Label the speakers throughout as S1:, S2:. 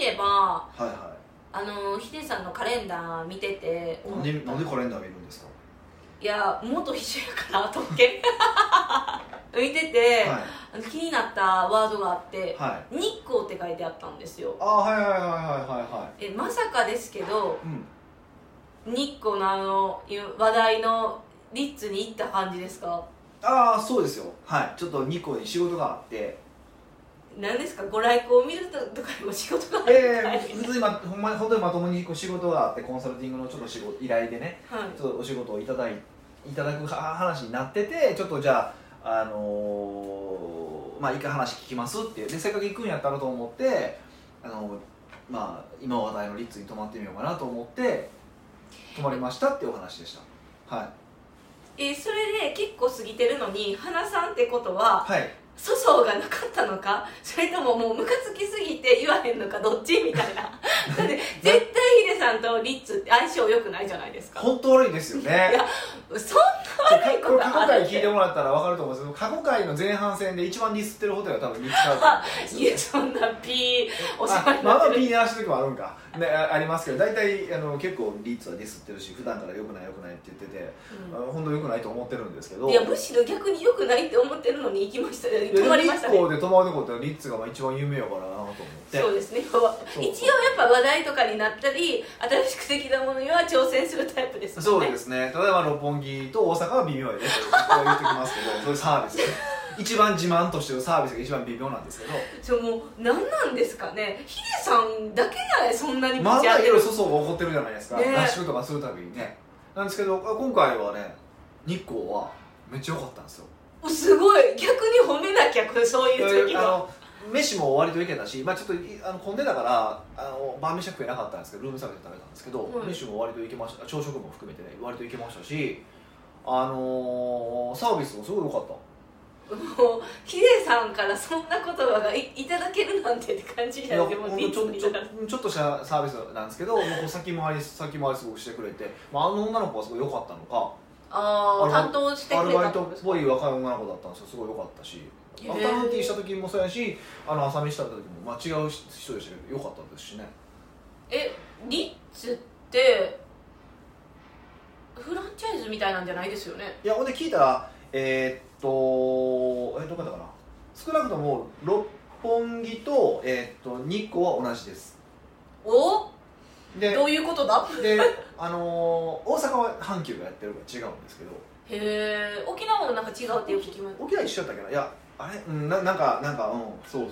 S1: れば
S2: はいは
S1: あのヒデさんのカレンダー見てて
S2: いなんでなんでカレンダー見るんですか
S1: いや元秘書やから特権 見てて、
S2: は
S1: あの気になったワードがあって、
S2: いはい
S1: 日光って書いてあったんですよ
S2: あはいはいはいはいはいは
S1: えまさかですけど
S2: いうん
S1: 日光のあのいう話題のリッツに行った感じですか
S2: ああそうですよはいちょっと2個に仕事があって
S1: 何ですかご来光を見るととかにも仕事がある
S2: え
S1: はい
S2: え普通に、ま、ほんまに本当にまともにこう仕事があってコンサルティングのちょっと仕事依頼でね
S1: はい
S2: ちょっとお仕事をいただいいただくは話になっててちょっとじゃああのーまあ一回話聞きますっていうでせっかく行くんやったらと思ってあのーまあ今話題のリッツに泊まってみようかなと思って泊まりましたっていうお話でしたはい
S1: えそれで結構過ぎてるのに花さんってことは
S2: はい
S1: 粗相がなかったのか それとももうムカつきすぎて言わへんのかどっちみたいな だって絶対ヒデさんとリッツって相性良くないじゃないですか
S2: 本当悪いですよね
S1: いやそんな悪い
S2: こ
S1: こ
S2: れ
S1: と
S2: 過去
S1: ある
S2: 回
S1: っ
S2: 聞い
S1: て
S2: てもらったら分かると思うんですけど過去回の前半戦で一番ディスってるホテルは多分リッツカートンなんです よ
S1: いやそんなピーお世
S2: あ
S1: 話に
S2: ま
S1: な
S2: あま
S1: っ
S2: あ
S1: て
S2: ピ
S1: る
S2: ー鳴らした時もあるんか、ね、あありますけど大体あの結構リーツはディスってるし普段から良くない良くないって言ってて、
S1: うん
S2: あ本当良くないと思ってるんですけど
S1: いやむしろ逆に良くないって思ってるのに行きました
S2: いや
S1: 泊まりました
S2: 日
S1: ね
S2: 光で泊まるとこってリッツがまあ一番有名やからなと思って
S1: そうですね一応やっ
S2: そう
S1: ぱ話題とかになったり新しくできたものには挑戦するタイプです
S2: そ
S1: もん
S2: う
S1: ね
S2: ですね例えば六本木と大阪は微妙やでと言ってきますけどそういうサー ビス一番自慢としてるサービスが一番微妙なんですけど
S1: そうもう何なんですかねヒデさんだけじゃないそんなにぶ
S2: ま
S1: ち当
S2: だ
S1: て
S2: いろ
S1: る
S2: いろ粗相が起こってるじゃないですか、
S1: ねえ
S2: 合宿とかするたびにねなんですけど今回はね日光はめっちゃ良かったんですよ
S1: すごい逆に褒めなきゃこれそういう時
S2: あ
S1: は
S2: の飯も割といけたし、まあ、ちょっといあの混んでたからあの晩飯は食えなかったんですけどルームサービスで食べたんですけど、
S1: はい
S2: 飯も割といけました朝食も含めてね割といけましたしあのーサービスもすごい良かった
S1: もうヒデさんからそんな言葉がいいただけるなんてって感じじゃ
S2: い
S1: な
S2: や
S1: い
S2: ほ
S1: でも
S2: ん
S1: リッ
S2: とちょ
S1: ツにいただ
S2: ちょちょっとしたサービスなんですけどもうこう先回り先回りすごくしてくれて、まあ、あの女の子はすごい良かったのか
S1: あ
S2: あ
S1: あ
S2: の
S1: 担当して
S2: ア
S1: くれ
S2: ル
S1: た
S2: バイトっぽい若い女の子だったんですよすごい良かったし
S1: へー
S2: アフタヌーンティーした時もそうやしあの朝飯食べた時も、まあ、違う人でしたけど良かったですしね
S1: えリッツってフランチャイズみたいなんじゃないですよね
S2: いやほんで聞いたらえーっとえどこだったかな少なくとも六本木と,、えーっと日光は同じです
S1: お
S2: で
S1: どういうことだ
S2: で、あのー大阪は阪急がやってるから違うんですけど
S1: へえ沖縄もなんか違うってよく聞きます
S2: 沖縄一緒やったっけないやあれうんななんかなんかうんそうそう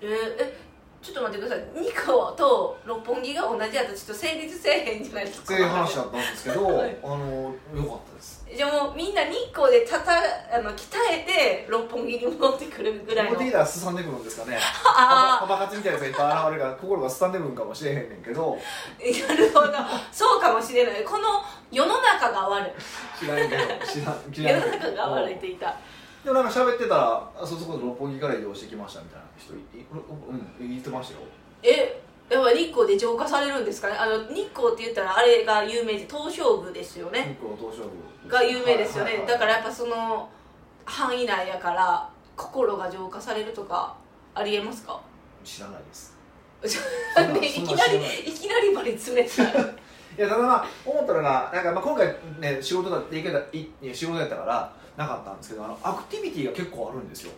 S1: えーえちょっと待ってください二個と六本木が同じやったらちょっと成立せえへんじゃないですか
S2: っていう話だったんですけど、
S1: はい
S2: あのー良かったです
S1: じゃあもうみんな日光でたたあの鍛えて六本木に戻ってくるぐらい
S2: こ
S1: の
S2: こでいたらすさんでくるんですかねパパ
S1: あ
S2: パパ活みたいなやつがいっぱい現れるから心がすさんでくるんかもしれへんねんけ ど
S1: あなるほどそうかもしれないこの世の中が悪い
S2: 知らんけど知らん知
S1: 世
S2: らん
S1: の
S2: けど
S1: 中が悪いって言った
S2: でもなんか喋ってたらあそそこそ六本木から移動してきましたみたいな人いいうん言ってましたよ
S1: えやっぱ日光で浄化されるんですかねあの日光って言ったらあれが有名で東照宮ですよね
S2: 日光東照宮
S1: が有名ですよね、だかららやっぱその範囲内やから心が浄化されるとかありえますか
S2: 知らないです
S1: だ
S2: そ
S1: っ
S2: んな
S1: ていきな
S2: そん
S1: り
S2: な知らない
S1: いきなりバリ詰めたい
S2: いやただまあ思ったのがなんかまあ今回ね仕事だって行けたいい仕事やったからなかったんですけどあのアクティビティが結構あるんですよ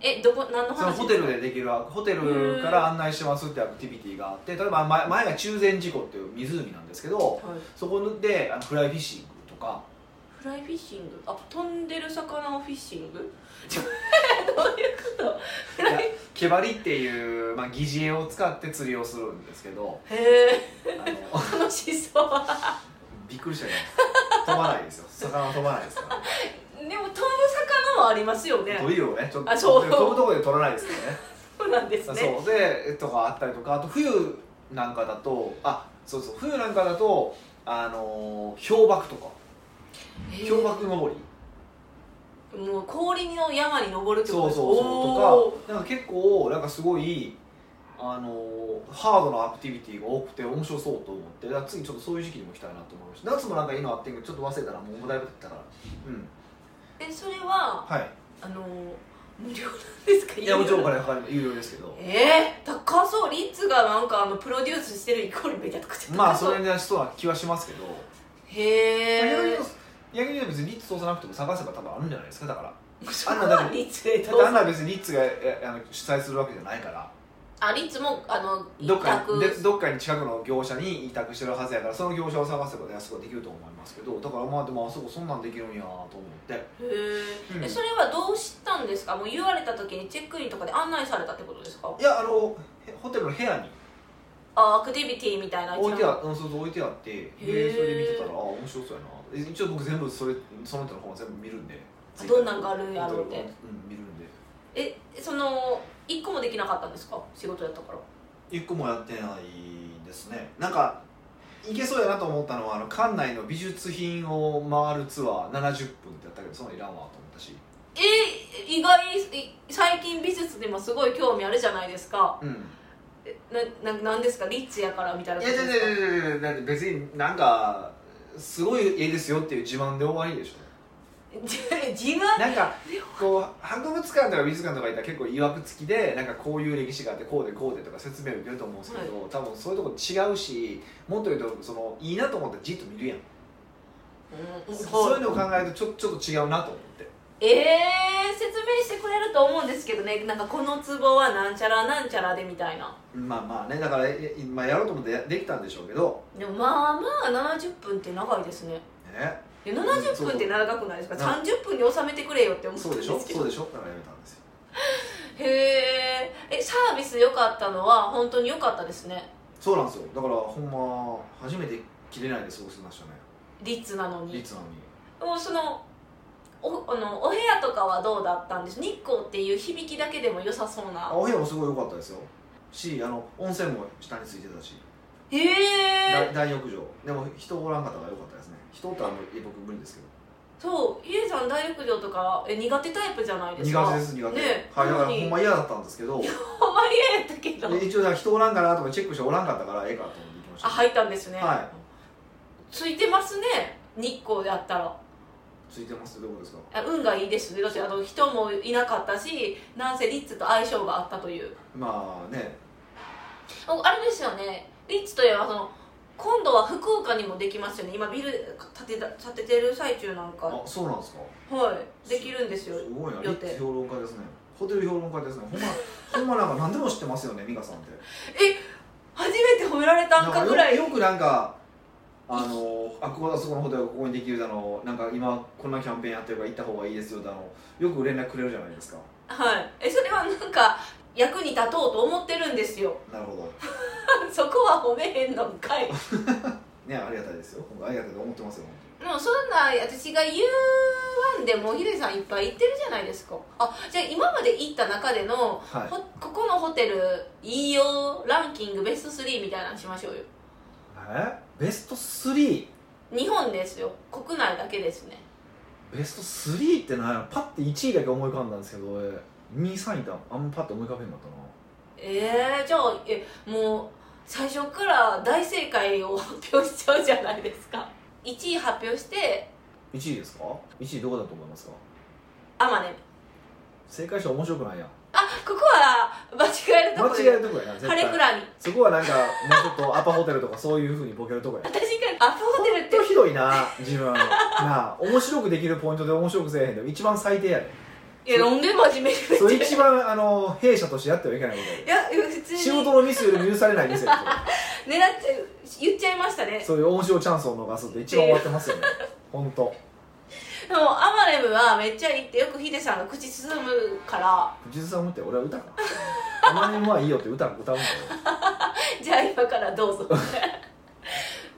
S1: えどこ何の
S2: その
S1: 話
S2: ホテルでできるホテルから案内してますってアクティビティがあって例えば前前が中禅寺湖っていう湖なんですけど
S1: はい
S2: そこであのフライフィッシングとか
S1: フライフィッシングあ飛んでる魚をフィッシングちょ どういうことフライ
S2: 毛針っていう、まあ、疑似餌を使って釣りをするんですけど
S1: へえ
S2: あの
S1: 楽しそう
S2: びっくりしたけど飛ばないですよ魚は飛ばないですか
S1: でも飛ぶ魚もありますよね
S2: ら飛びをねちょっと
S1: あそう
S2: 飛ぶとこで取らないですけどね
S1: そうなんです ね
S2: そうでとかあったりとかあと冬なんかだとあそうそう冬なんかだとあの氷瀑とか
S1: へえ
S2: 氷瀑登り
S1: もう氷の山に登るってこと
S2: そう
S1: です
S2: そう
S1: お
S2: そうとかなんか結構なんかすごいあのーハードなアクティビティが多くて面白そうと思ってだから次ちょっとそういう時期にも行きたいなと思いました夏もなんかいいのあってんけどちょっと忘れたらもうだいぶ経ったからうん
S1: ーえそれは
S2: はい
S1: あの無料なんですか
S2: いやもちろんお
S1: れ
S2: 金かかる有料ですけど
S1: えー、高そうリッツがなんかあのプロデュースしてるイコールめちゃくちゃ高そう
S2: まあそれに対しそうな気はしますけど逆に
S1: へ
S2: 言
S1: え
S2: うと逆に言うと別にリッツ通さなくても探せば多分あるんじゃないですかだから
S1: あんなだリッツで
S2: だ
S1: ど
S2: っ
S1: う
S2: てあんなは別にリッツがえあの主催するわけじゃないから
S1: あリッツもあの
S2: どっか
S1: 託
S2: にでどっかに近くの業者に委託してるはずやからその業者を探せば安くはできると思いますけどだからまあでもあそこそんなんできるんやなと思って
S1: へー
S2: うん
S1: えそれはどうしたんですかもう言われた時にチェックインとかで案内されたってことですか
S2: いやあのへホテルの部屋に
S1: あアクティビティみたいな
S2: 置いて
S1: あ
S2: あうんそうそう置いてあってで
S1: へ
S2: そ
S1: ー
S2: れで見てたらあ面白そうやなえ一応僕全部それその人の本は全部見るんで
S1: どんなんがあるんやろうっ
S2: ホテルの
S1: て
S2: うん見るんで
S1: えその一個もできなかったんですか仕事やったから
S2: 一個もやってないですねなんかいけそうやなと思ったのはあの館内の美術品を回るツアー70分ってやったけどそんなんいらんわと思ったし
S1: え意外い最近美術でもすごい興味あるじゃないですか
S2: うん
S1: えなななんですかリッツやからみたいないこ
S2: や
S1: と
S2: い
S1: です
S2: や
S1: か
S2: いやいやいやだって別になんかすごい絵ですよっていう自慢で終わりでしょ
S1: 自慢
S2: なんかこう博物館とか美術館とか行ったら結構いわくつきでなんかこういう歴史があってこうでこうでとか説明を受けると思うんですけど、多分そういうとこ違うしもっと言うとそのいいなと思ったらじっと見るやん、
S1: うん
S2: そういうのを考えるとちょちょっと違うなと思って
S1: えー、説明してくれると思うんですけどねなんかこのツボはなんちゃらなんちゃらでみたいな
S2: まあまあねだから、ええまあ、やろうと思ってやできたんでしょうけど
S1: でもまあまあ70分って長いですね
S2: ね
S1: いや70分って長くないですか、30分に収めてくれよって思った
S2: そ
S1: ん
S2: う
S1: で
S2: でしょ
S1: すけど
S2: そうでしょだからやめたんですよ
S1: へええサービス良かったのは本当に良かったですね
S2: そうなんですよだからほんま初めて切れないで過ごしましたね
S1: リッツなのに
S2: いつなのに
S1: もうそのおあのお部屋とかはどうだったんです日光っていう響きだけでも良さそうな
S2: お部屋もすごい良かったですよしあの温泉も下についてたし、
S1: へ
S2: だ
S1: え
S2: 大浴場でも人おらんかったから良かったですね人おったらもうえ僕無理ですけど
S1: そうゆえさん大浴場とかえ苦手タイプじゃないですか
S2: 苦手です苦手、
S1: ね
S2: はいだ
S1: な
S2: から
S1: のに
S2: ほんま嫌だったんです けど
S1: ほんまに嫌やったけど
S2: で一応だから人おらんかなとかチェックしておらんかったからええかと思って行きまし
S1: あ
S2: た
S1: 入ったんですね、
S2: は
S1: ついてますね日光であったら
S2: ついてますってどこですか
S1: あ運がいいですだってあの人もいなかったしなんせリッツと相性があったという
S2: まあね
S1: ああれですよねリッツといえばその今度は福岡にもできますよね今ビル建てた建ててる最中なんか
S2: あそうなんですか
S1: はいできるんですよ
S2: すごいなリ
S1: 予
S2: ッ
S1: 定
S2: ツ評論家ですねホテル評論家ですねほんまほんまなんか何でも知ってますよね美香さんって
S1: 初めて褒められたんかぐらい
S2: なんかよよくなんかあのあここあそこのホテルここにできるだのなんか今こんなキャンペーンやってるから行った方がいいですよだのよく連絡くれるじゃないですか
S1: はいえそれはなんか役に立とうと思ってるんですよ
S2: なるほど
S1: そこは褒めへんのんかい
S2: ねありがたいですよありがたいと思ってますよ
S1: もうそんな私が言わんでもヒデさんいっぱい行ってるじゃないですかあじゃあ今まで行った中での
S2: はい
S1: ほここのホテルいいよランキングベスト3みたいなのしましょうよ
S2: えベスト3
S1: 日本ですよ国内だけですね
S2: ベスト3ってなんやろパッて1位だけ思い浮かんだんですけど俺2位3位ってあんまパッて思い浮かべへんかったな
S1: えー、じゃあえもう最初から大正解を発表しちゃうじゃないですか1位発表して
S2: 1位ですか1位どこだと思いますか
S1: あまあね
S2: 正解者面白くないやん
S1: あここは間違えると
S2: 間
S1: ころ
S2: 違えるとこやな絶
S1: ハレク
S2: 対
S1: ラに
S2: そこはなんかもうちょっとアパホテルとかそういうふうにボケるとこや
S1: 確かにアパホテルっ
S2: ほん
S1: て
S2: とひどいな 自分なあ面白くできるポイントで面白くせえへんで一番最低 やで
S1: いやなんで真面目に言って
S2: それ一番あの弊社としてやってはいけないこ
S1: いや普通
S2: と
S1: に
S2: 仕事のミスより許されないミスやで
S1: 狙っちゃう言っちゃいましたね
S2: それそういう面白いチャンスを逃すって一番終わってますよね本当。
S1: でもアマレムはめっちゃいいってよくヒデさんが口進むから
S2: 藤井さんもって俺は歌かあまりまあいいよって歌歌うんだよ
S1: じゃあ今からどうぞ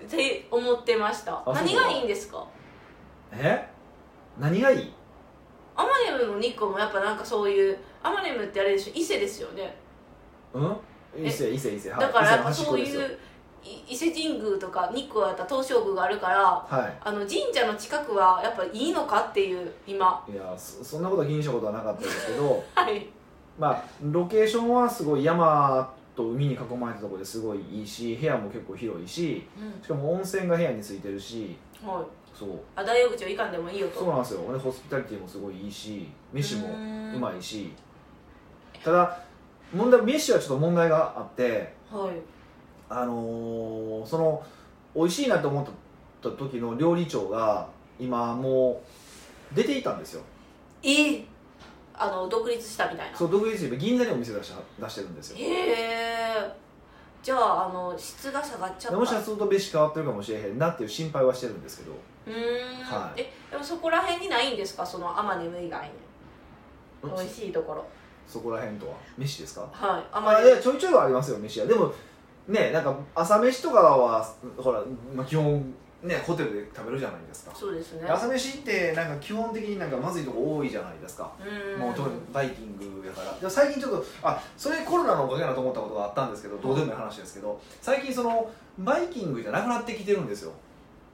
S1: って思ってました
S2: そうか
S1: 何がいいんですか
S2: え何がいい
S1: アマレムも日光もやっぱなんかそういうアマレムってあれでしょ伊勢ですよね
S2: うん伊勢伊勢伊勢はい
S1: だからやっ
S2: 伊勢の
S1: ぱ
S2: 端っ
S1: そ
S2: こ
S1: う
S2: で
S1: い
S2: すよ
S1: うい伊勢神宮とか日光やったら東照宮があるから
S2: はい
S1: あの神社の近くはやっぱいいのかっていう今
S2: いやそそんなことは気にしたことはなかったですけど
S1: はい
S2: まあロケーションはすごい山と海に囲まれたところですごいいいし部屋も結構広いししかも温泉が部屋についてるし
S1: はい
S2: そう
S1: あ大浴場いかんでもいいよと
S2: そうなんですよでホスピタリティもすごいいいし飯も
S1: う
S2: うまいしただ問題飯はちょっと問題があって
S1: いはい
S2: あのーその美味しいなと思った時の料理長が今もう出ていたんですよ
S1: えーあの独立したみたいな
S2: そう独立で銀座にお店出し出してるんですよ
S1: へえじゃああの質が下がっちゃった
S2: もしかすると飯変わってるかもしれへんなっていう心配はしてるんですけど
S1: うーん、
S2: はい
S1: えでもそこら辺にないんですかそのアマネム以外に美味
S2: そ
S1: しいところ
S2: そこら辺とは飯ですか
S1: はいアマ
S2: あ
S1: ネ
S2: い
S1: ム
S2: やちょいちょいはありますよ飯屋でもねなんか朝飯とかはほら、まあ、基本ねホテルで食べるじゃないですか
S1: そうですね
S2: 朝飯ってなんか基本的になんかまずいとこ多いじゃないですか
S1: うーん
S2: もう特にバイキングやからでも最近ちょっとあそれコロナのおかげだと思ったことがあったんですけどどうでもいい話ですけど最近そのバイキングじゃなくなってきてるんですよ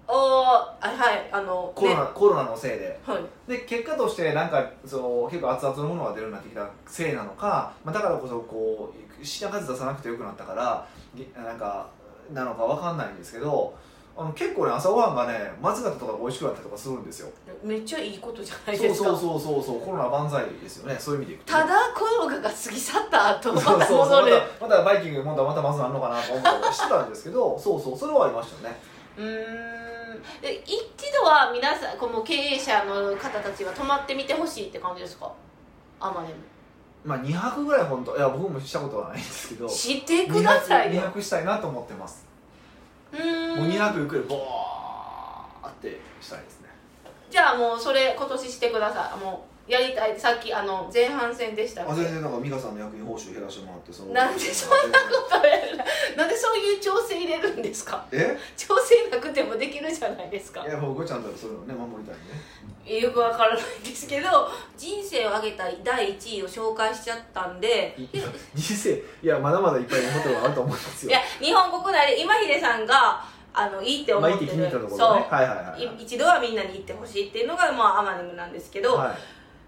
S1: おーあはいあの
S2: コロナ,、コロナのせいで
S1: ねはい
S2: で結果としてなんかその結構熱々のものが出るようになってきたせいなのか、まあ、だからこそこう品数出さなくてよくなったからぎなんかなのかわかんないんですけどあの結構ね朝ごはんがねまずかったとか美味しくなったりとかするんですよ
S1: めっちゃいいことじゃない
S2: そ
S1: で
S2: う
S1: すか
S2: そうそうそうそうコロナ万歳ですよねそういう意味でいくと
S1: ただコロナが過ぎ去った後ま
S2: そう
S1: た
S2: そうそ
S1: 戻
S2: う
S1: る
S2: またまたバイキングまたまたまずなんのかなと思ったりしてたんです けどそうそうそれはありましたね
S1: うーんで一度は皆さんこの経営者の方たちは泊まってみてほしいって感じですかアマネム
S2: まあ2泊ぐらい本当いや僕もしたことはないんですけど
S1: 知ってください
S2: 2
S1: よ
S2: 泊したいなと思ってます
S1: うーん
S2: もう2泊ゆっくりボーってしたいですね
S1: じゃあもうそれ今年してくださいもうやりたいさっきあの前半戦でしたっ
S2: あ
S1: け
S2: 全然なんか美香さんの役員報酬減らしてもらってその
S1: なんでそんなことやる なんでそういう調整入れるんですか
S2: え
S1: 調整なくてもできるじゃないですか
S2: いや僕はちゃんとそういうのね守りたいね
S1: よくわからないんですけど人生を上げた第1位を紹介しちゃったんで
S2: いいや人生いやまだまだいっぱいホテルはあると思います
S1: い
S2: よ
S1: や日本国内で今秀さんがあのいいって思
S2: まあ
S1: っ
S2: いいってて
S1: る、
S2: 聞いたところね
S1: そ
S2: はいはいは
S1: う
S2: いはい
S1: い一度はみんなに行ってほしいっていうのが、まあ、アマネムなんですけど、
S2: はい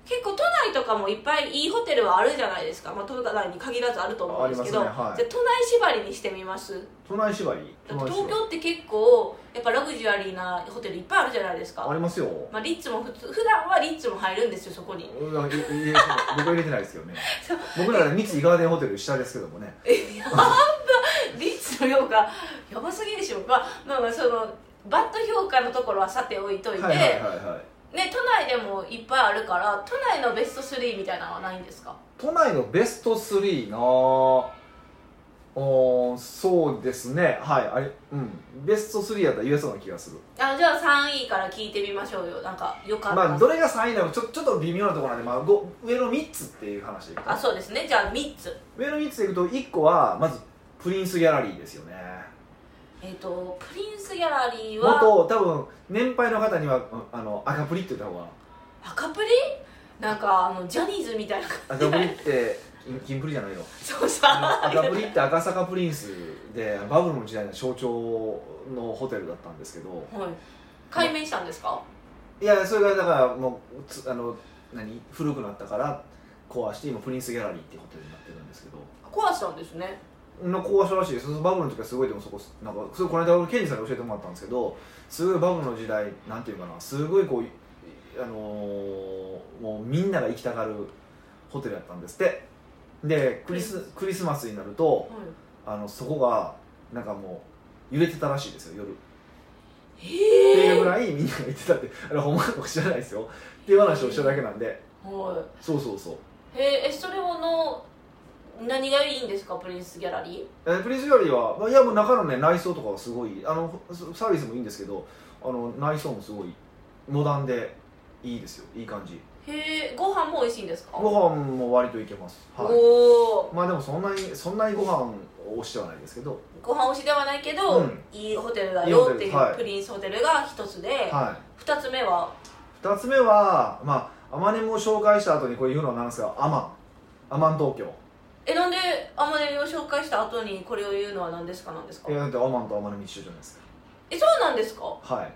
S1: 結構都内とかもいっぱいいいホテルはあるじゃないですか、まあ、都内に限らずあると思うんですけど
S2: ありますねはい
S1: じゃあ都内縛りにしてみます
S2: 都内縛り
S1: だ
S2: 都
S1: って東
S2: 内縛り
S1: 京って結構やっぱラグジュアリーなホテルいっぱいあるじゃないです
S2: あ
S1: か、
S2: りますよ
S1: まあ、リッツも普通普段はリッツも入るんですよそこに
S2: うんいいいや僕は入れてないですけど ね僕らね三井ガーデンホテル下ですけどもね
S1: えやばリッツの評価やばすぎでしょまあまあまあそのバッド評価のところはさて置いといて、
S2: はいはいはいはい
S1: ね、都内でもいっぱいあるから都内のベスト3みたいなのはないんですか
S2: 都内のベスト3なあおーそうですねはいあれうんベスト3やったら言えそうな気がする
S1: あじゃあ3位から聞いてみましょうよなんかよかった、
S2: まあどれが3位なのかちょちょっと微妙なところなんで、まあ、ご上の3つっていう話でいくと
S1: あそうですねじゃあ3つ
S2: 上の3つでいくと1個はまずプリンスギャラリーですよね
S1: えっ、とプリンスギャラリー
S2: もっ
S1: は
S2: と多分年配の方にはうんあの赤プリって言った方が
S1: 赤プリなんかあのジャニーズみたいな感じ
S2: 赤プリって金金プリじゃないよ
S1: そう
S2: あ
S1: さ
S2: の赤プリって赤坂プリンスでバブルの時代の象徴のホテルだったんですけど
S1: はい解明したんですか
S2: いやそれがだからもうつあの何古くなったから壊して今プリンスギャラリーっていうホテルになってるんですけど
S1: 壊したんですね
S2: の壊したらしいですそのバブルの時はすごいでもそこなんかそれこの間俺ケンジさんに教えてもらったんですけどすごいバブルの時代なんていうかなすごいこういあのーもうみんなが行きたがるホテルやったんですってでクリスクリスマスになるとあのそこがなんかもう揺れてたらしいですよ夜って
S1: へ
S2: い
S1: え
S2: うぐらいみんなが言ってたってあれほんまかも知らないですよっていう話をしただけなんで
S1: は
S2: そうそうそう
S1: いへーえそれをの何がいいんですかプリンスギャラリ
S2: えープリンスよりはまあいやもう中のね内装とかはすごいあのそサービスもいいんですけどあの内装もすごいモダンでいいですよいい感じ
S1: ーへえご飯も美味しいんですか
S2: ご飯も割といけますは
S1: おお
S2: いまあでもそんなにそんなにご飯を推してはないですけど
S1: ご飯推しではないけど、
S2: うん
S1: いいホテルだよってい
S2: いいホテルは
S1: う
S2: い
S1: プリンスホテルが一つで、
S2: は
S1: 二つ目はい
S2: 2つ目はまあアマネムを紹介した後にこれ言うのはなんですがアマンアマン東京
S1: えなんでアマネミを紹介した後にこれを言うのは何ですかなんですか
S2: いやだってアマンとアマネム一緒じゃないです
S1: えそうなんですか
S2: かはい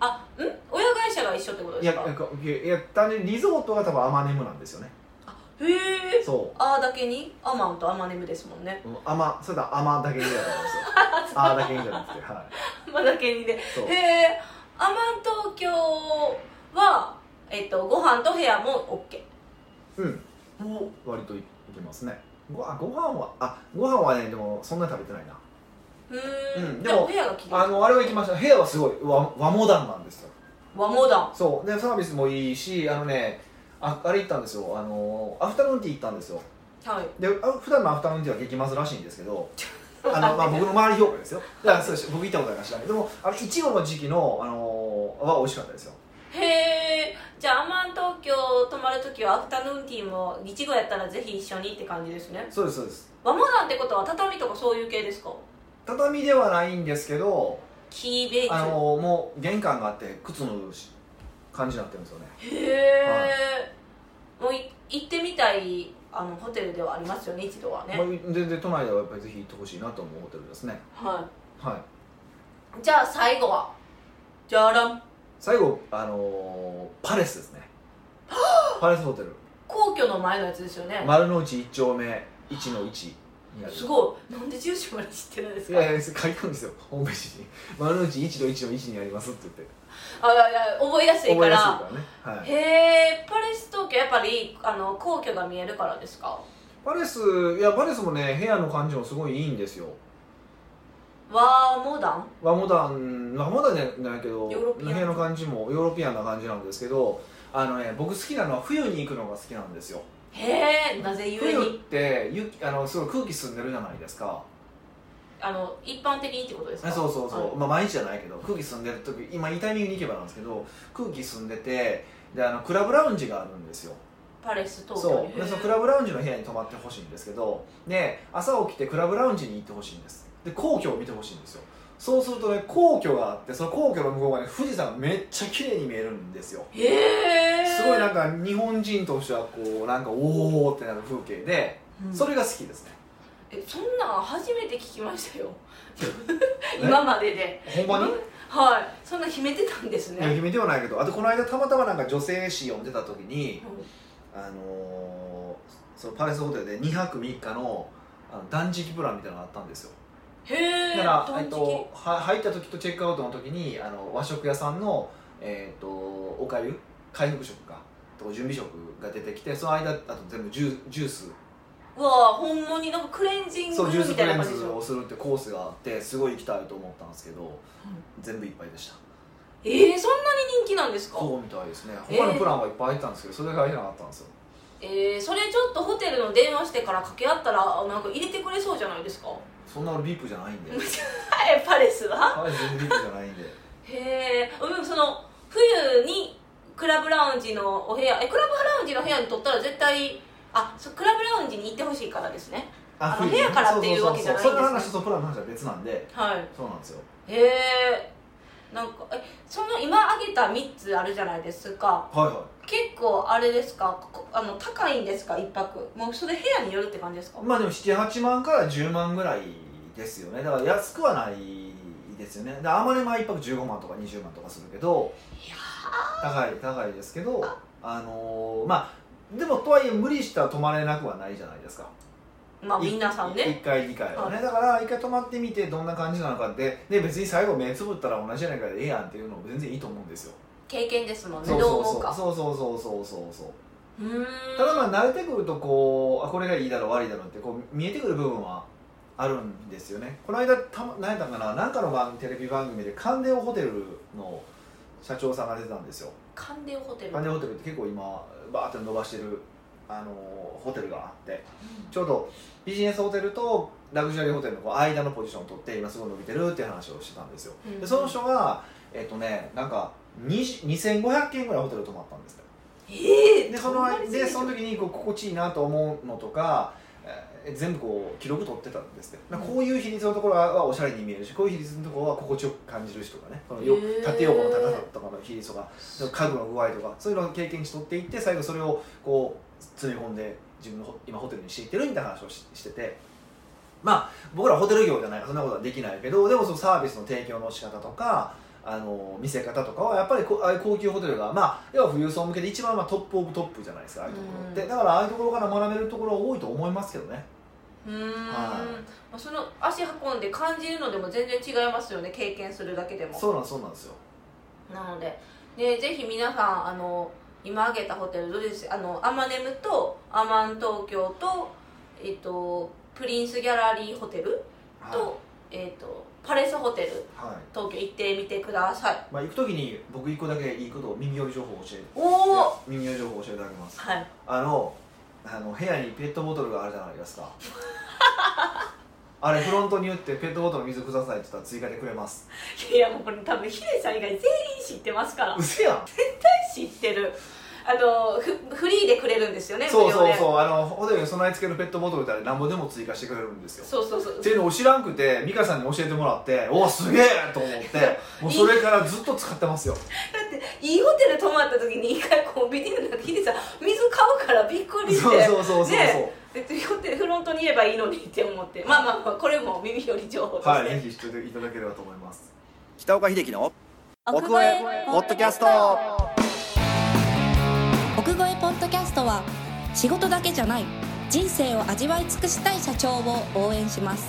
S1: あん親会社が一緒ってこと
S2: い
S1: で
S2: や
S1: す
S2: い
S1: か
S2: やいやいや単純にリゾートが多分アマネムなんですよね
S1: へえ
S2: そ
S1: あーだけにアマンとアマネムですもんね
S2: ううんアマそれ だアマだけにだと思うんですよあーだけにじゃなくてはい
S1: アマだけにで
S2: そう
S1: へえアマン東京は、えっと、ご飯と部屋も OK
S2: うんもう割といけますねごあご飯はあご飯はねでもそんなに食べてないな
S1: うーん、
S2: うん
S1: で
S2: で
S1: も
S2: も
S1: 部屋が綺
S2: あ
S1: 麗
S2: のあれは行きました部屋はすごい和和モダンなんですよ
S1: 和モダン
S2: そうでサービスもいいしあのねああれ行ったんですよあのアフタヌーンティー行ったんですよ
S1: はい
S2: であ普段のアフタヌーンティーは激まずらしいんですけ どあの、まあ、僕の周り評価ですよだからそうです僕行ったことないから知らないけどでもあのいちごの時期の、あのは美味しかったですよ
S1: へえじゃあアマン東京泊まるときはアフタヌーンティーもいちごやったらぜひ一緒にって感じですね
S2: そうですそうです
S1: 和モダンってことは畳とかそういう系ですか
S2: 畳ではないんですけど、
S1: キーベイツ
S2: あのもう玄関があって靴の感じになってるんですよね
S1: へえ、もうい行ってみたいあのホテルではありますよね一度はね、
S2: まあ全然都内ではやっぱりぜひ行ってほしいなと思うホテルですね
S1: は
S2: はい
S1: い、じゃあ最後はじゃらん
S2: 最後あのーパレスですねパレスホテル
S1: 皇居の前のやつですよね、
S2: 丸の内1丁目1の1にある
S1: すごいなんで住所まで知ってるんです
S2: い
S1: か
S2: やいや書い たんですよホームページに丸の内1の1の1にありますって言って
S1: あいやいや覚えやすいか
S2: 覚えやすい
S1: ら
S2: からね、はい、
S1: へえパレス東京やっぱりあの皇居が見えるからですか
S2: パレスいやパレスもね部屋の感じもすごいいいんですよ
S1: わーモダン
S2: 和モダン和モダンじゃないけ
S1: ヨ
S2: ど
S1: ーロピアン
S2: 部屋の感じもヨーロピアンな感じなんですけどあのね僕好きなのは冬に行くのが好きなんですよ
S1: へえなぜゆえ
S2: 冬っ
S1: に
S2: て雪あのすごい空気澄んでるじゃないですか
S1: あの一般的にってことですか
S2: そうそうそう、
S1: はい
S2: まあ、毎日じゃないけど空気澄んでる時今いいタイミングに行けばなんですけど空気澄んでてであのクラブラウンジがあるんですよ
S1: パレス東京
S2: そ
S1: に
S2: うでそのク
S1: へ
S2: ラブラウンジの部屋に泊まってほしいんですけどで朝起きてクラブラウンジに行ってほしいんですで皇居を見てほしいんですよそうするとね皇居があってその皇居の向こう側に富士山がめっちゃ綺麗に見えるんですよ
S1: えへえ
S2: すごいなんか日本人としてはこうなんかおおってなる風景で
S1: うん
S2: それが好きですね、
S1: えそんなん初めて聞きましたよ今までで
S2: ほんまに
S1: はいそんな秘めてたんです
S2: いや
S1: ね
S2: 君ではないけどあとこの間たまたまなんか女性誌読んでた時に
S1: うん
S2: あのーそのパレスホテルで2泊3日のあの断食プランみたいなのがあったんですよ
S1: へえ
S2: だから、
S1: 断
S2: えっ
S1: 食
S2: と、は入った時とチェックアウトの時にあの和食屋さんの、えっとおかゆ回復食かと準備食が出てきてその間あと全部ジュジュース
S1: うわあほんまになんかクレンジング
S2: そうジュース
S1: み
S2: ク
S1: たい
S2: レ
S1: な
S2: ン
S1: 感じで
S2: ズ
S1: しょ
S2: をするってコースがあってすごい行きたいと思ったんですけど、全部いっぱいでした
S1: えー、そんなに人気なんですか
S2: そうみたいですね
S1: えー
S2: 他のプランはいっぱい入ったんですけどそれが入らなかったんですよ
S1: えー、それちょっとホテルの電話してから掛け合ったらあなんか入れてくれそうじゃないですかは
S2: そんな俺ビップじゃな いんで
S1: いパレスは
S2: はい全然ビップじゃないんで
S1: へえその冬にクラブラウンジのお部屋えクラブラウンジの部屋に取ったら絶対あそうクラブラウンジに行ってほしいからですねあの
S2: 冬
S1: 部屋からっていうわけじゃないんですね
S2: そうそうそうそれの話とプランの話は別なんで
S1: はい
S2: そうなんですよ
S1: へえなんかえその今挙げた3つあるじゃないですか
S2: はいはい
S1: 結構あれですかこあの高いんですか一泊もうそれ部屋によるって感じですか
S2: まあでも78万から10万ぐらいですよねだから安くはないですよねであまりまあ1泊15万とか20万とかするけど
S1: いや
S2: 高い高いですけどあのーまあでもとはいえ無理したら泊まれなくはないじゃないですか
S1: まあ皆さんね
S2: 1回2回はねだから1回泊まってみてどんな感じなのかってで別に最後目つぶったら同じじゃないからええやんっていうのも全然いいと思うんですよ
S1: 経験ですもんね
S2: そう
S1: どう
S2: そ
S1: 思
S2: うそうう
S1: か
S2: そうそうそうそうそうそ
S1: う
S2: う
S1: ーん
S2: ただまあ慣れてくるとこうあこれがいいだろう悪いだろうってこう見えてくる部分はあるんですよねこの間たま何やったかな何かの番テレビ番組でカンデオホテルの社長さんが出てたんですよ
S1: カンデオホテル
S2: カンデオホテルって結構今バーって伸ばしてるあのーホテルがあってちょうどビジネスホテルとラグジュアリーホテルのこう間のポジションを取って今すごい伸びてるっていう話をしてたんですよ
S1: うん
S2: でその人がえっとねなんか20 2500軒ぐらいホテル泊まったんですって
S1: ええ
S2: でその
S1: んなに
S2: で
S1: 全然
S2: その時にこう心地いいなと思うのとか、えー全部こう記録取ってたんですって、
S1: うん
S2: こういう比率のところはおしゃれに見えるしこういう比率のところは心地よく感じるしとかねそのよ
S1: へー
S2: 縦横の高さとかの比率とかその家具の具合とかそういうのを経験値取っていって最後それをこう詰め込んで自分のホ今ホテルにしていってるみたいな話をししてて。まあ、僕らホテル業じゃないからそんなことはできないけどでもそのサービスの提供の仕方とかあの見せ方とかはやっぱりこうああいう高級ホテルが、まあ、要は富裕層向けで一番まあトップオブトップじゃないですかああいうところって
S1: うん
S2: だからああいうところから学べるところは多いと思いますけどね
S1: うーん、
S2: はい
S1: まあ、その足運んで感じるのでも全然違いますよね経験するだけでも
S2: そうなんそうなんですよ
S1: うなのででぜひ皆さんあの今挙げたホテルどれですあのアマネムとアマン東京と、えっと、プリンスギャラリーホテルと,、えっと、パレスホテル
S2: はい、はい
S1: 東京行ってみてください
S2: まあ、行く時に僕一個だけいいことを耳寄り情報を教えて
S1: おお
S2: 耳寄り情報を教えてあげます
S1: はい
S2: あのあの部屋にペットボトルがあるじゃないですかあれフロントに打ってペットボトル水くださいって言ったら追加でくれます
S1: いやもうこれ多分ヒデさん以外全員知ってますから
S2: うせやん
S1: 知ってるあのフフリーでくれるんですよね
S2: そう
S1: 無
S2: そう
S1: 料で
S2: そうあのホテルに備え付けのペットボトルってあれ何ぼでも追加してくれるんですよ
S1: そうそうそう
S2: っていうのを知らんくて美香さんに教えてもらって おおすげえと思ってもうそれからずっと使ってますよ
S1: だっていいホテル泊まった時に一回コンビニの中でヒデさん水買うからびっくりして
S2: そうそうそうそうそう、
S1: ね別にホテルフロントに言えばいいのにって思ってまあまあまあこれも耳寄り情報ですね、
S2: はいぜひ知っていただければと思います北岡秀樹の
S3: 奥越えポッドキャスト奥越えポッドキャストは仕事だけじゃない人生を味わい尽くしたい社長を応援します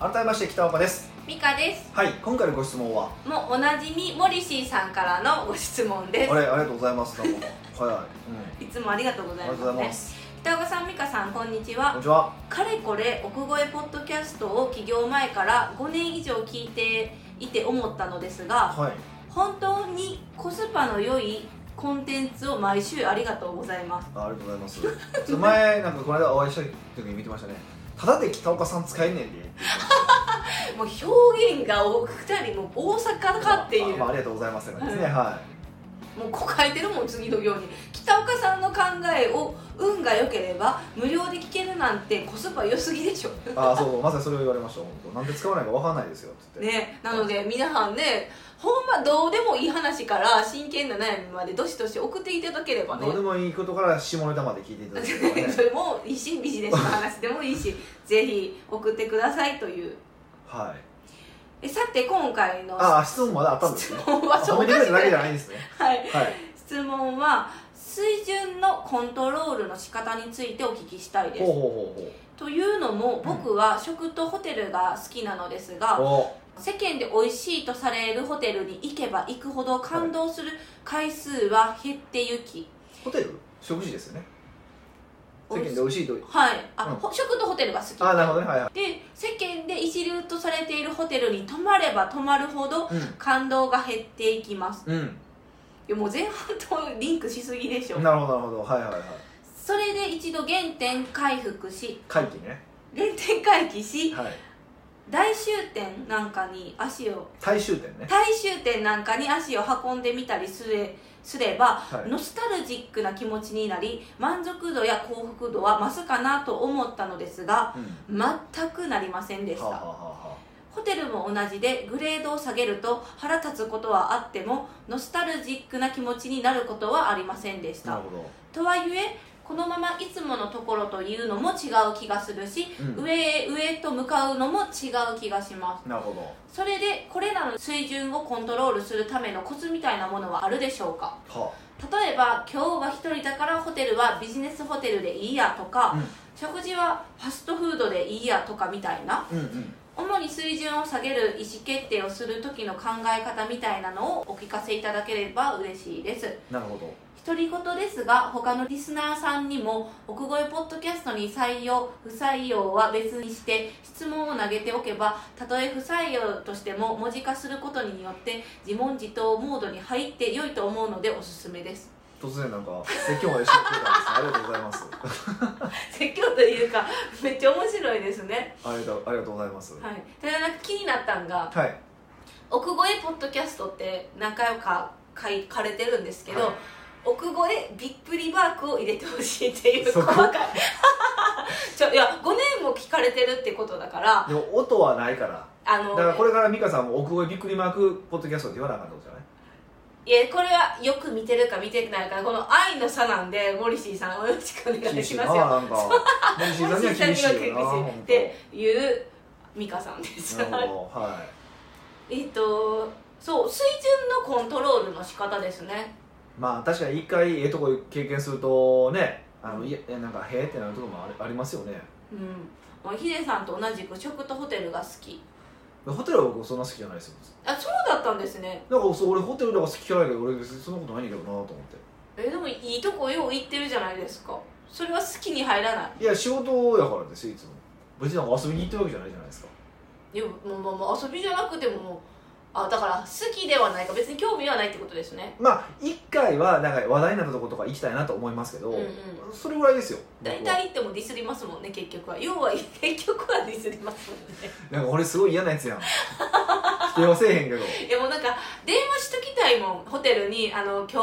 S2: 改めまして北岡です
S1: ミカです
S2: はい今回のご質問は
S1: もうおなじみモリシーさんからのご質問
S2: あ
S1: で
S2: れありがとうございますどうもはい、
S1: す
S2: うん
S1: いつもありがとうござ
S2: あ
S1: い
S2: り
S1: ます,、
S2: がとうございます。
S1: 北岡さん美香さんこんにち
S2: こん
S1: は
S2: にちは。
S1: かれこれ奥越えポッドキャストを起業前から5年以上聞いていて思ったのですが
S2: はい。
S1: 本当にコスパの良いコンテンツを毎週ありがとうございます
S2: あありがとうございます。ちょ前なんかこの間お会いした時に見てましたね。ただで北岡さん使えねえんで。
S1: もう表現がお二人もう大阪かっていう
S2: あまあありがとうございますって感じですね。
S1: う
S2: は
S1: もうこう書いてるもん次の行に北岡さんの考えを運が良ければ無料で聞けるなんてコスパ良すぎでしょ
S2: い。ああそうまさにそれを言われました。本当なんで使わないかわかんないですよって言って。
S1: ねなので皆さんねほんまどうでもいい話から真剣な悩みまでどしどし送っていただければね
S2: どうでもいいことから下ネタまで聞いていただければ ね
S1: そ。れもいいしビジネスの話でもいいしぜひ送ってくださいという
S2: はい。
S1: えさて今回の
S2: ああ質問まだあったん ですね。
S1: 質問はちょ
S2: 褒
S1: お
S2: めて
S1: か
S2: くれ
S1: したく
S2: だ
S1: な
S2: け
S1: い
S2: じゃないんですね。
S1: はい
S2: はい。
S1: 質問は水準のコントロールの仕方についてお聞きしたいで
S2: ほう
S1: す
S2: ほうほう
S1: というのも僕は食とホテルが好きなのです
S2: ほう。
S1: が
S2: お
S1: 世間で美味しいとされるホテルに行けば行くほど感動する回数は減ってゆき
S2: ホテル食事ですよね。世間で美
S1: おいし
S2: 味しいと。
S1: はいあ、
S2: うん
S1: ほ食とホテルが好き
S2: ああなるほどねはいはい。
S1: で世間で一流とされているホテルに泊まれば泊まるほど感動が減っていきます
S2: うん。
S1: いやもう前半とリンクしすぎでしょ
S2: うん。なるほどなるほどはいはいはい。
S1: それで一度原点回復し
S2: 会議ね。
S1: 原点回帰し
S2: はい。
S1: 大終点なんかに足を
S2: 大終点ね。
S1: 大終点なんかに足を運んでみたりすれすれば
S2: はい。
S1: ノスタルジックな気持ちになり満足度や幸福度は増すかなと思ったのですが
S2: うん
S1: 全くなりませんでした、
S2: はあ、はあはあは
S1: ホテルも同じでグレードを下げると腹立つことはあってもノスタルジックな気持ちになることはありませんでし
S2: あ、な
S1: た
S2: るほど、
S1: とはいえこのままいつものところというのも違う気がするし
S2: うん
S1: 上へ上へと向かうのも違う気がします
S2: なるほど
S1: それでこれらの水準をコントロールするためのコツみたいなものはあるでしょうか
S2: は
S1: 例えば今日は一人だからホテルはビジネスホテルでいいやとか、
S2: うん
S1: 食事はファストフードでいいやとかみたいな
S2: あうんうん
S1: 主に水準を下げる意思決定をする時の考え方みたいなのをお聞かせいただければ嬉しいです
S2: なるほど
S1: 独り言ですが他のリスナーさんにも奥越えポッドキャストに採用不採用は別にして質問を投げておけばたとえ不採用としても文字化することによって自問自答モードに入って良いと思うのでおすすめです
S2: 突然なんか説教までしてくれたんですねありがとうございます
S1: 説教というかめっちゃ面白いですね
S2: ありがとうありがとうございます
S1: はいただなんか気になったんが
S2: はい、
S1: 奥越えポッドキャストって何回か書いかれてるんですけど、
S2: はい
S1: 奥越えびっくりマークを入れてほしいっていう
S2: そ
S1: 細か
S2: こ
S1: い ちょいや5年も聞かれてるってことだから
S2: でも音はないから
S1: あの
S2: だからこれから美香さんも奥越えびっくりマークポッドキャストって言わなあかったことじゃない
S1: いやこれはよく見てるか見てないかこの愛の差なんでモリシーさんをよろしくお願いし
S2: な
S1: ますよ
S2: なんか森進さんには厳しいよな
S1: 森進さんには厳しい
S2: 本
S1: でいう美香さんです
S2: 当なるほどは
S1: えっとそう水準のコントロールの仕方ですね
S2: いまあ確かに一回ええとこ経験するとねあのいやなんかへえってなるところもありありますよね
S1: うんもうヒデさんと同じく食とホテルが好き
S2: ホテルは僕そんな好きじゃないですよ
S1: あそうだったんですね
S2: だからそう俺ホテルとか好き嫌いだけど俺別にそんなことないんだけどなと思って
S1: えでもいいとこよう行ってるじゃないですかそれは好きに入らない
S2: いや仕事やからですよいつも別になんか遊びに行ってるわけじゃないじゃないですか
S1: いやもうもうもう遊びじゃなくてももうあだから好きではないか別に興味はないってことですね
S2: まあ一回はなんか話題になったとことか行きたいなと思いますけど、
S1: うんうん
S2: それぐらいですよ僕は
S1: 大体行ってもディスりますもんね結局は要は 結局はディスりますもんね
S2: なんか俺すごい嫌なや つやん否定はせえへんけど
S1: いやもうなんか電話しときたいもんホテルにあの今日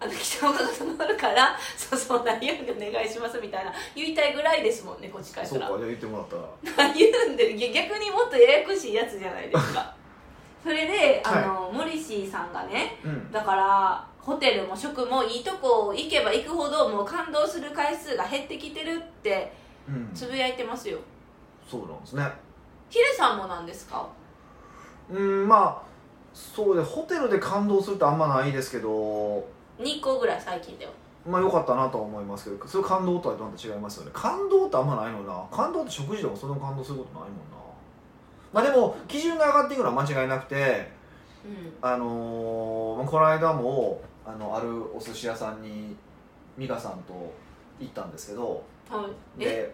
S1: あの北岡が泊まるからそうそう何ようにお願いしますみたいな言いたいぐらいですもんねこっちからし
S2: そ
S1: た
S2: うかじ
S1: ら
S2: ゃあ言ってもらったら
S1: 言うんでいや逆にもっとややこしいやつじゃないです かそれであの、モリシーさんがね
S2: うん
S1: だからホテルも食もいいとこ行けば行くほどもう感動する回数が減ってきてるって
S2: うん
S1: つぶやいてますよ
S2: そうなんですね
S1: ヒデさんもなんですか
S2: うんまあそうでホテルで感動するってあんまないですけど
S1: 2個ぐらい最近では
S2: まあ良かったなとは思いますけどそれ感動とはまた違いますよね感動ってあんまないのな感動って食事でもそんな感動することないもんなまあでも基準が上がっていくのは間違いなくて
S1: うん
S2: あのーまあこの間もあのあるお寿司屋さんに美香さんと行ったんですけど
S1: はいえ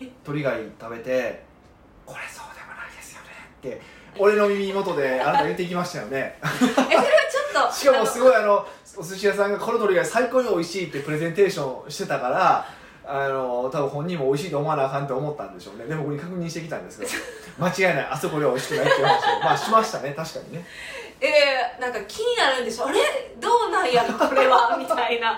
S2: で鳥貝食べて「これそうでもないですよね」って俺の耳元であなた言ってきましたよね
S1: えそれはち ょっと
S2: しかもすご
S1: い
S2: いあのお寿司屋さんがこの鳥貝最高に美味しいってプレゼンテーションしてたからあの多分本人も美味しいと思わなあかんと思ったんでしょうねでもこれ確認してきた んですけど間違いないあそこでは美味しくないっていう話をまあしましたね確かにね
S1: えー、なんか気になるんでしょあれどうなんやろこれ はみたいな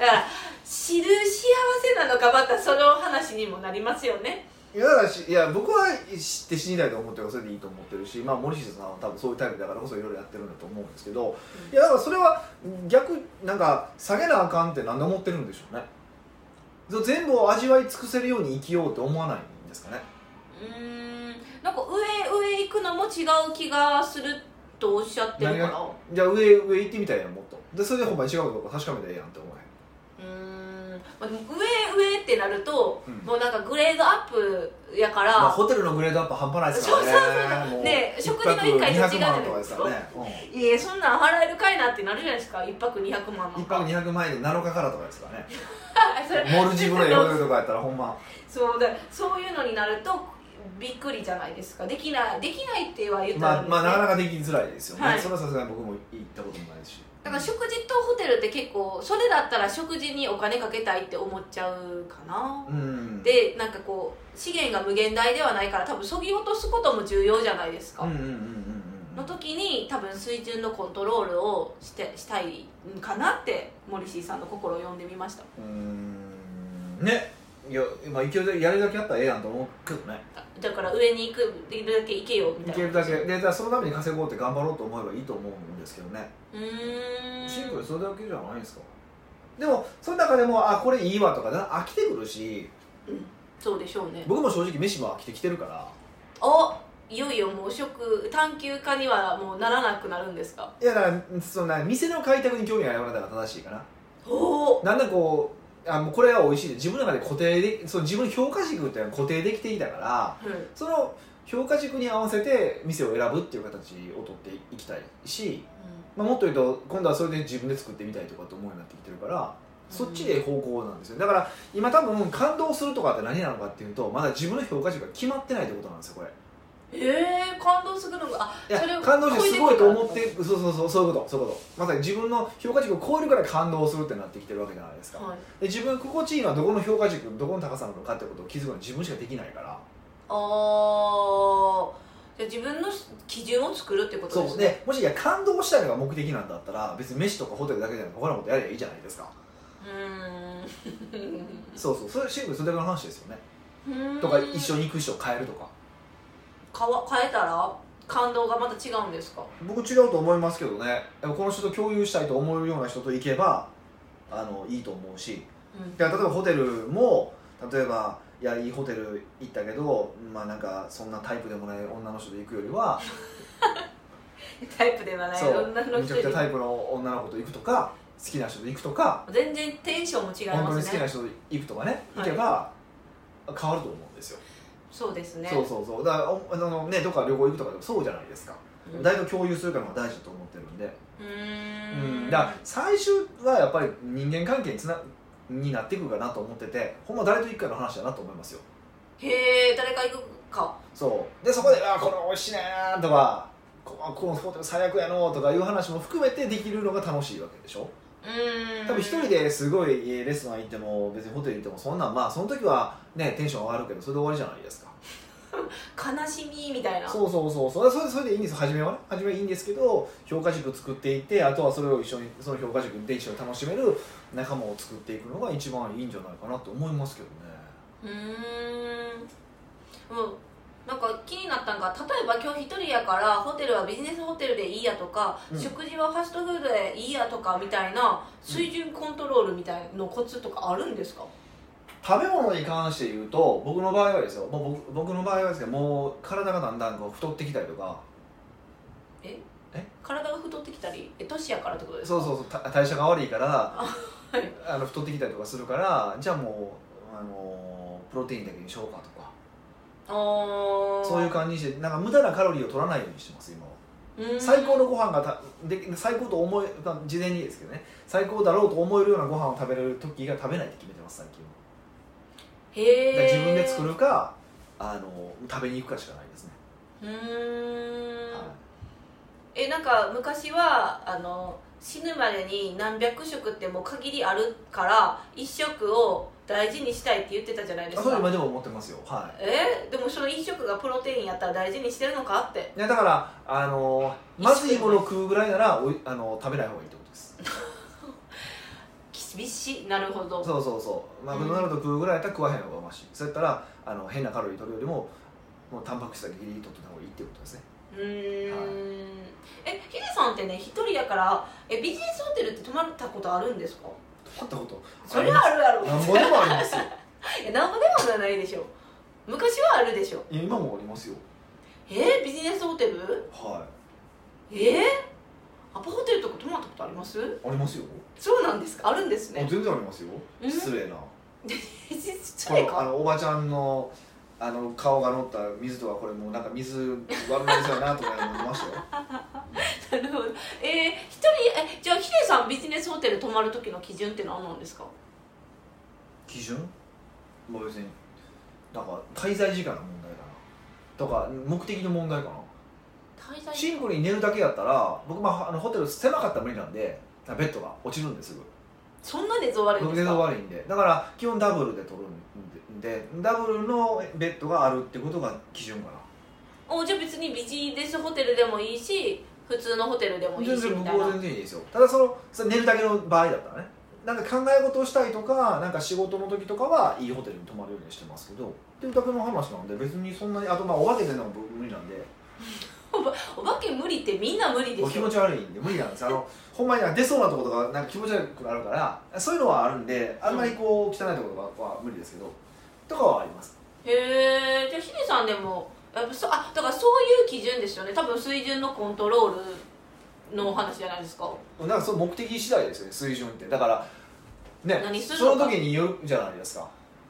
S1: だから知る幸せなのかまたその話にもなりますよね
S2: いやだからしいや僕は知って死にたいと思ってるからそれでいいと思ってるし、まあ、森下さんは多分そういうタイプだからこそいろいろやってるんだと思うんですけど、
S1: うん
S2: いやだからそれは逆なんか下げなあかんって何で思ってるんでしょうねそう全部を味わい尽くせるように生きようって思わないんですかね
S1: うーんなんか上上行くのも違う気がするとおっしゃってるから
S2: 何じゃあ上上行ってみたいなもっとでそれでほんまに違うかどうか確かめたらええやんって思
S1: うーん、まあ、でも上上ってなると、
S2: うん
S1: もうなんかグレードアップやから、
S2: え、まあ、ホテルのグレードアップ半端ないですからね
S1: そうそうそう
S2: も
S1: ねえ
S2: 一
S1: 食
S2: 泊
S1: 事の一回と違う
S2: 200万とかですからね、うん
S1: いやそんなん払えるかいなってなるじゃないですか一泊200万の
S2: 一泊200万円で7日からとかですからね
S1: それ
S2: モルジ ブの夜とかやったらほんま
S1: そうだそういうのになるとびっくりじゃないですかできないできないっては言った
S2: ま
S1: ら
S2: あ、
S1: ね
S2: まあなかなかできづらいですよね、
S1: はい
S2: それはさすがに僕も行ったこともないし
S1: だから食事とホテルって結構それだったら食事にお金かけたいって思っちゃうかな、
S2: うん
S1: でなんかこう資源が無限大ではないから多分そぎ落とすことも重要じゃないですか、
S2: うんうんうんうんう
S1: の
S2: ん
S1: 時に多分水準のコントロールをしてしたいんかなってモリシーさんの心を読んでみました
S2: うんねいや、まあ、いけるだけやるだけやったらええやんと思うけどね
S1: だから上に行くできるだけ行けよみ
S2: い
S1: たい
S2: け
S1: な
S2: るだけでだからそのために稼ごうって頑張ろうと思えばいいと思うんですけどね
S1: うーん
S2: シンプルにそれだけじゃないですかでもその中でもあこれいいわとかだ飽きてくるし
S1: そうでしょうね
S2: 僕も正直飯も飽きてきてるから
S1: おいよいよもう食探求家にはもうならなくなるんですか
S2: いやだからそのな店の開拓に興味がなくなったら正しいかな
S1: おお
S2: なんだこうあもうこれは美味しい自分の中で固定でその自分の評価軸っていうのは固定できていたからその評価軸に合わせて店を選ぶっていう形を取っていきたいし、まあ、もっと言うと今度はそれで自分で作ってみたいとかと思うようになってきてるからそっちで方向なんですよだから今多分感動するとかって何なのかっていうとまだ自分の評価軸が決まってないってことなんですよこれ
S1: えー、感動するのがあ
S2: いや
S1: それを
S2: 感動してすごいと思ってそうそうそうそういうことそういうことまさに自分の評価軸を超えるから感動するってなってきてるわけじゃないですか、
S1: はい、
S2: で自分が心地いいのはどこの評価軸どこの高さなのかってことを気づくのは自分しかできないから
S1: あーじゃあ自分の基準を作るってことで
S2: そ
S1: す
S2: う
S1: ね
S2: でもしいや感動したいのが目的なんだったら別に飯とかホテルだけじゃなくて他のことやればいいじゃないですか
S1: うーん
S2: そうそうそれシンプルにそれだけの話ですよね
S1: うーん
S2: とか一緒に行く人を変えるとか
S1: かわ変えたら感動がまた違うんですか
S2: 僕違うと思いますけどねやっぱこの人と共有したいと思うような人と行けばあのいいと思うし
S1: うん
S2: いや例えばホテルも例えばいやいいホテル行ったけどまあなんかそんなタイプでもない女の人で行くよりは
S1: タイプではない
S2: そう
S1: 女の
S2: めち
S1: 人
S2: ゃくちゃタ
S1: に
S2: イプの女の子と行くとか好きな人と行くとか
S1: 全然テンションも違い
S2: 本当
S1: ま
S2: に好
S1: す
S2: きな
S1: ね
S2: 人と行くとかね
S1: は
S2: 行
S1: い
S2: けば変わると思うんですよ、
S1: そうですね
S2: そうそうそうだからおあの、ね、どっか旅行行くとかでもそうじゃないですか、
S1: うん
S2: だいぶ共有するからが大事だと思ってるんで、
S1: う
S2: う
S1: ー
S2: ん
S1: ん
S2: だから最終はやっぱり人間関係につなになっていくかなと思っててほんま誰と行くかの話だなと思いますよ
S1: へえ誰か行くか
S2: そうでそこで「あーこれ美味しいねー」とか「ここのホテル最悪やのー」とかいう話も含めてできるのが楽しいわけでしょ
S1: うーん
S2: 多分一人ですごいえーレストラン行っても別にホテル行ってもそんなんまあその時はねテンション上がるけどそれで終わりじゃないですか
S1: 悲しみみたいな
S2: そうそうそうそれそれそれでいいんです初めはね初めはいいんですけど評価軸作っていってあとはそれを一緒にその評価軸で一緒に楽しめる仲間を作っていくのが一番いいんじゃないかなと思いますけどね
S1: うーんうんなんか気になったんが例えば今日一人やからホテルはビジネスホテルでいいやとか、
S2: うん
S1: 食事はファストフードでいいやとかみたいな水準コントロールみたいのコツとかあるんですか、
S2: 食べ物に関して言うと僕の場合はですよもう僕僕の場合はですけどもう体がだんだんこう太ってきたりとか
S1: 体が太ってきたりえ年やからってことです
S2: そ
S1: か
S2: うそうそうた代謝が悪いから、
S1: はい
S2: あの太ってきたりとかするからじゃあもうあのプロテインだけにしようかとか
S1: あー
S2: そういう感じにしてなんか無駄なカロリーを取らないようにしてます今は。
S1: うーん
S2: 最高のご飯がたで最高と思えまあ事前にですけどね最高だろうと思えるようなご飯を食べれる時が食べないって決めてます最近は
S1: へ
S2: だ
S1: え
S2: から自分で作るかあの食べに行くかしかないですね、
S1: うーん、
S2: はい
S1: えなんか昔はあの死ぬまでに何百食ってもう限りあるから一食を大事にしたいって言ってたじゃないで
S2: あ
S1: す
S2: そう今
S1: か
S2: でも思ってますよは
S1: えでもその一食がプロテインやったら大事にしてるのかって
S2: いいやだからあのまずいものを食うぐらいならおいあの食べない方がいいってことです
S1: 厳しいなるほど
S2: そうそうそうマクドナルド食うぐらいやったら食わへん方がましいそうやったらあの変なカロリー取るよりももうタンパク質だけギリギリ取ってた方がいいってことですね
S1: うーん、えヒデさんってね一人やからえビジネスホテルって泊まったことあるんですか
S2: 取ったこと
S1: そりゃあるやろ
S2: なんぼでもありますよ
S1: いやなんぼでもじゃないでしょ昔はあるでしょ
S2: いや今もありますよ
S1: えー、ビジネスホテル
S2: は
S1: えー、アパホテルとか泊まったことあります
S2: いありますよ
S1: そうなんですかあるんです
S2: あ
S1: ね
S2: 全然ありますよ
S1: うん
S2: 失礼な
S1: 失
S2: こ
S1: 礼
S2: のあ
S1: か
S2: のおばちゃんのあの顔が乗った水とかこれもうなんか水悪い水やなとか思いましたよ
S1: なるほどえー、一人えじゃあヒデさんビジネスホテル泊まる時の基準って何なんですか
S2: 基準まあ別になんか滞在時間の問題だなとか目的の問題か
S1: 滞
S2: な
S1: 在
S2: シンプルに寝るだけやったら僕まああのホテル狭かったら無理なんでベッドが落ちるんですぐ
S1: そんな寝相悪いん
S2: 僕
S1: です
S2: 寝相
S1: か
S2: 悪いんでだから基本ダブルで取るんでダブルのベッドがあるってことが基準かな
S1: おじゃあ別にビジネスホテルでもいいし普通のホテルでもいい
S2: 全
S1: し
S2: 然
S1: み
S2: 僕
S1: たいな
S2: は全然いいですよただそのそれ寝るだけの場合だったらねなんか考え事をしたりとかなんか仕事の時とかはいいホテルに泊まるようにしてますけどっていうだけの話なんで別にそんなにあとまあお化け出るのも僕無理なんで
S1: お化け無理ってみんな無理で
S2: お
S1: す
S2: 気
S1: よ
S2: 持ち悪いんで無理なんで すあのほんまになんか出そうなとことかなんか気持ち悪くなるからそういうのはあるんであんまりこう汚いところとかは無理ですけどとかはあります
S1: へえじゃあヒデさんでもやっぱそあだからそういう基準ですよね多分水準のコントロールのお話じゃないですか
S2: なんかその目的次第ですよね水準ってだからね
S1: 何するの
S2: そ
S1: か
S2: の時に言うじゃないですか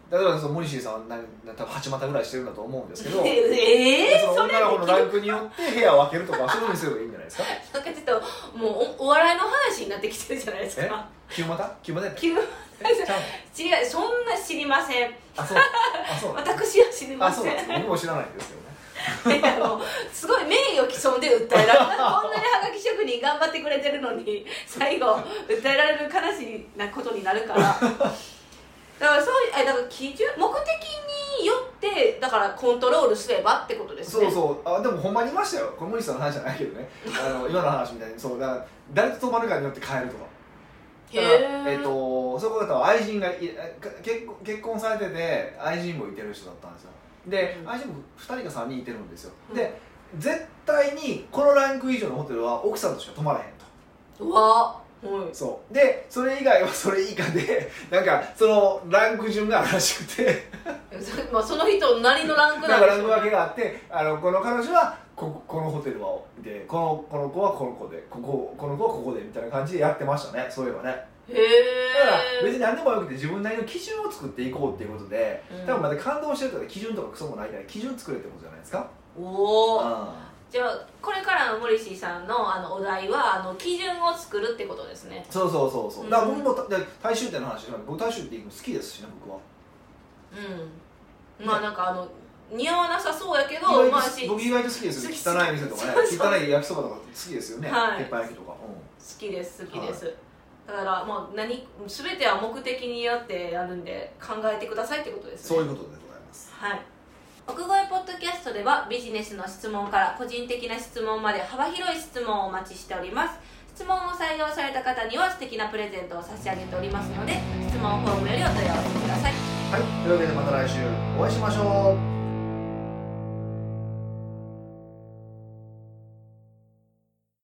S2: だからそのモリシーさんは何多分8股ぐらいしてるんだと思うんで すけど
S1: ええ
S2: その
S1: それ
S2: 女の子のランクによって部屋を分けるとかそういうふうにすればいいんじゃないです か
S1: なんかちょっともうおお笑いの話になってきてるじゃないです
S2: え
S1: か
S2: 9股 ?9 股やったっ
S1: 急違う
S2: けえちゃう
S1: そんな知りません
S2: あそうあそうなんです
S1: 私は知りま
S2: あそ
S1: せ
S2: うんなんです僕も知らないですけどね
S1: いやもうすごい名誉毀損で訴えられたこんなにハガキ職人頑張ってくれてるのに最後訴えられる悲しいなことになるからだからそういうえだから基準目的によってだからコントロールすればってことですね
S2: そうそうあでもほんまにいましたよこれモリシーさんの話じゃないけどねあの今の話みたいにそうだから誰と泊まるかによって変えるとか
S1: へ
S2: だからえっ
S1: え
S2: とそこだったら愛人がいか結婚結婚されてて愛人もいてる人だったんですよで、
S1: うん
S2: 愛人も2人か3人いてるんですよ、
S1: うん
S2: で絶対にこのランク以上のホテルは奥さんとしか泊まらへんと
S1: うわはい
S2: そうでそれ以外はそれ以下で なんかそのランク順があるらしくて
S1: そまあその人なりのラン
S2: だ
S1: ク
S2: か
S1: なん
S2: ら
S1: で
S2: ラ
S1: す
S2: ンク分けがあってあのこの彼女はここのホテルはでこのこの子はこの子でこここの子はここでみたいな感じでやってましたねそういえばね
S1: へ
S2: だから別
S1: え
S2: に何でもよくて自分なりの基準を作っていこうっていうことで
S1: うん
S2: 多分まだ感動してるとか基準とかクソもないから基準作れってことじゃないですか
S1: おお
S2: う
S1: じゃあこれからのモリシーさんのあのお題はあの基準を作るってことですね
S2: んそうそうそうそう、
S1: うん
S2: だから僕もただ大衆店の話じゃなくて僕大衆店行くの好きですしね僕は
S1: うんまあなんかあの似合わなさそうやけど
S2: 意
S1: まあ
S2: 外と
S1: し好
S2: 僕意外と好きですよ
S1: 好
S2: 汚
S1: き
S2: い店とかね
S1: そうそう
S2: 汚い焼きそばとか好きですよね、
S1: はい
S2: 鉄板焼きとか、うん
S1: きです好きです、だからまあ何全ては目的によってやるんで考えてくださいってことですね
S2: そういうことでございます
S1: はい奥越ポッドキャストではビジネスの質問から個人的な質問まで幅広い質問をお待ちしております質問を採用された方には素敵なプレゼントを差し上げておりますので質問フォームよりお問い合わせください
S2: はいというわけでまた来週お会いしましょう